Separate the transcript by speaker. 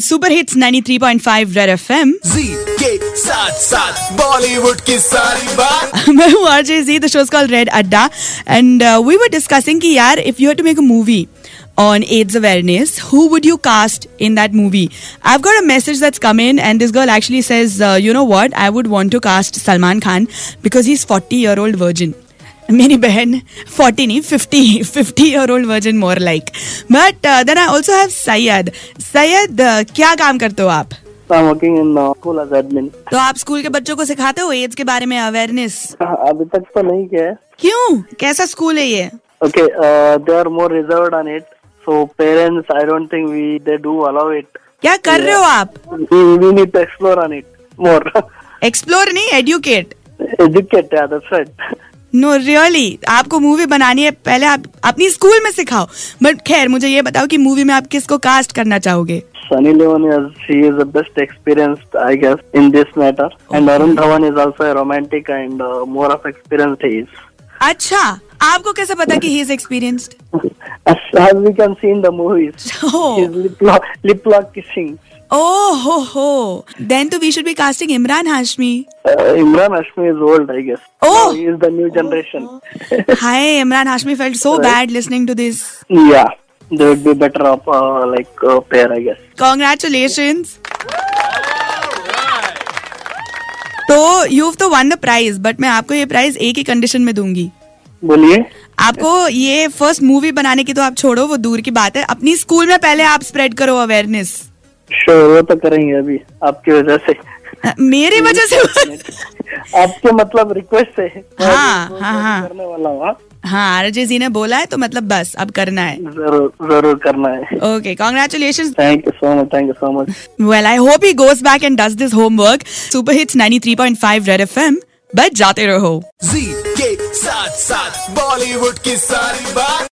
Speaker 1: Super hits 93.5 red FM
Speaker 2: जी के साथ साथ बॉलीवुड की सारी बात
Speaker 1: मैं हूँ आरजे जी the show is called red Adda and we were discussing कि यार if you have to make a movie on AIDS awareness, who would you cast in that movie? I've got a message that's come in, and this girl actually says, uh, you know what? I would want to cast Salman Khan because he's 40 year old virgin. मेरी बहन 40 नहीं 50 50 year old version more like but then I also have Syed Syed uh, क्या काम करते हो आप
Speaker 3: I'm working in uh, school as admin.
Speaker 1: तो आप स्कूल के बच्चों को सिखाते हो एड्स के बारे में अवेयरनेस
Speaker 3: Uh, अभी तक तो नहीं किया है
Speaker 1: क्यों कैसा स्कूल है ये
Speaker 3: Okay, uh, they are more reserved on it. So parents, I don't think we they do allow it.
Speaker 1: क्या कर रहे हो आप
Speaker 3: We, we need to explore on it more.
Speaker 1: Explore नहीं educate
Speaker 3: Educate, yeah, that's right.
Speaker 1: No really आपको movie बनानी है पहले आप अपनी स्कूल में सिखाओ बट खैर मुझे ये बताओ कि मूवी में आप किसको कास्ट करना चाहोगे
Speaker 3: Sunny Leone is she is the best experienced, I guess, in this matter. And Arun Dhawan is also a romantic and uh, more of experienced he is.
Speaker 1: अच्छा आपको कैसे पता कि he is experienced
Speaker 3: As, as we can see in the movies,
Speaker 1: Oh.
Speaker 3: he's lip lock, lip lock kissing.
Speaker 1: ओ हो हो then तो we should be casting Imran Hashmi
Speaker 3: Uh, Imran Hashmi is old, I guess.
Speaker 1: Oh.
Speaker 3: he is the new generation.
Speaker 1: हाय Imran Hashmi felt so bad listening to this
Speaker 3: Yeah, they would be better off uh, like uh, pair, I guess.
Speaker 1: Congratulations तो you तो won the prize but मैं आपको ये prize एक ही condition में दूंगी
Speaker 3: बोलिए
Speaker 1: आपको ये फर्स्ट मूवी बनाने की तो आप छोड़ो वो दूर की बात है अपनी स्कूल में पहले आप स्प्रेड करो अवेयरनेस
Speaker 3: श्योर वो तो करेंगे अभी आपकी वजह से
Speaker 1: मेरी वजह से
Speaker 3: आपके मतलब रिक्वेस्ट से मैं
Speaker 1: हाँ,
Speaker 3: अभी
Speaker 1: हाँ,
Speaker 3: वो जरूर
Speaker 1: हाँ।
Speaker 3: करने वाला हूँ हाँ।
Speaker 1: हाँ आरजे जी ने बोला है तो मतलब बस अब करना है
Speaker 3: जरूर जरूर करना है
Speaker 1: okay congratulation
Speaker 3: thank you so much thank you so much
Speaker 1: well I hope he goes back and does this homework super hits 93.5 red FM बस जाते रहो
Speaker 2: जी के साथ साथ बॉलीवुड की सारी बात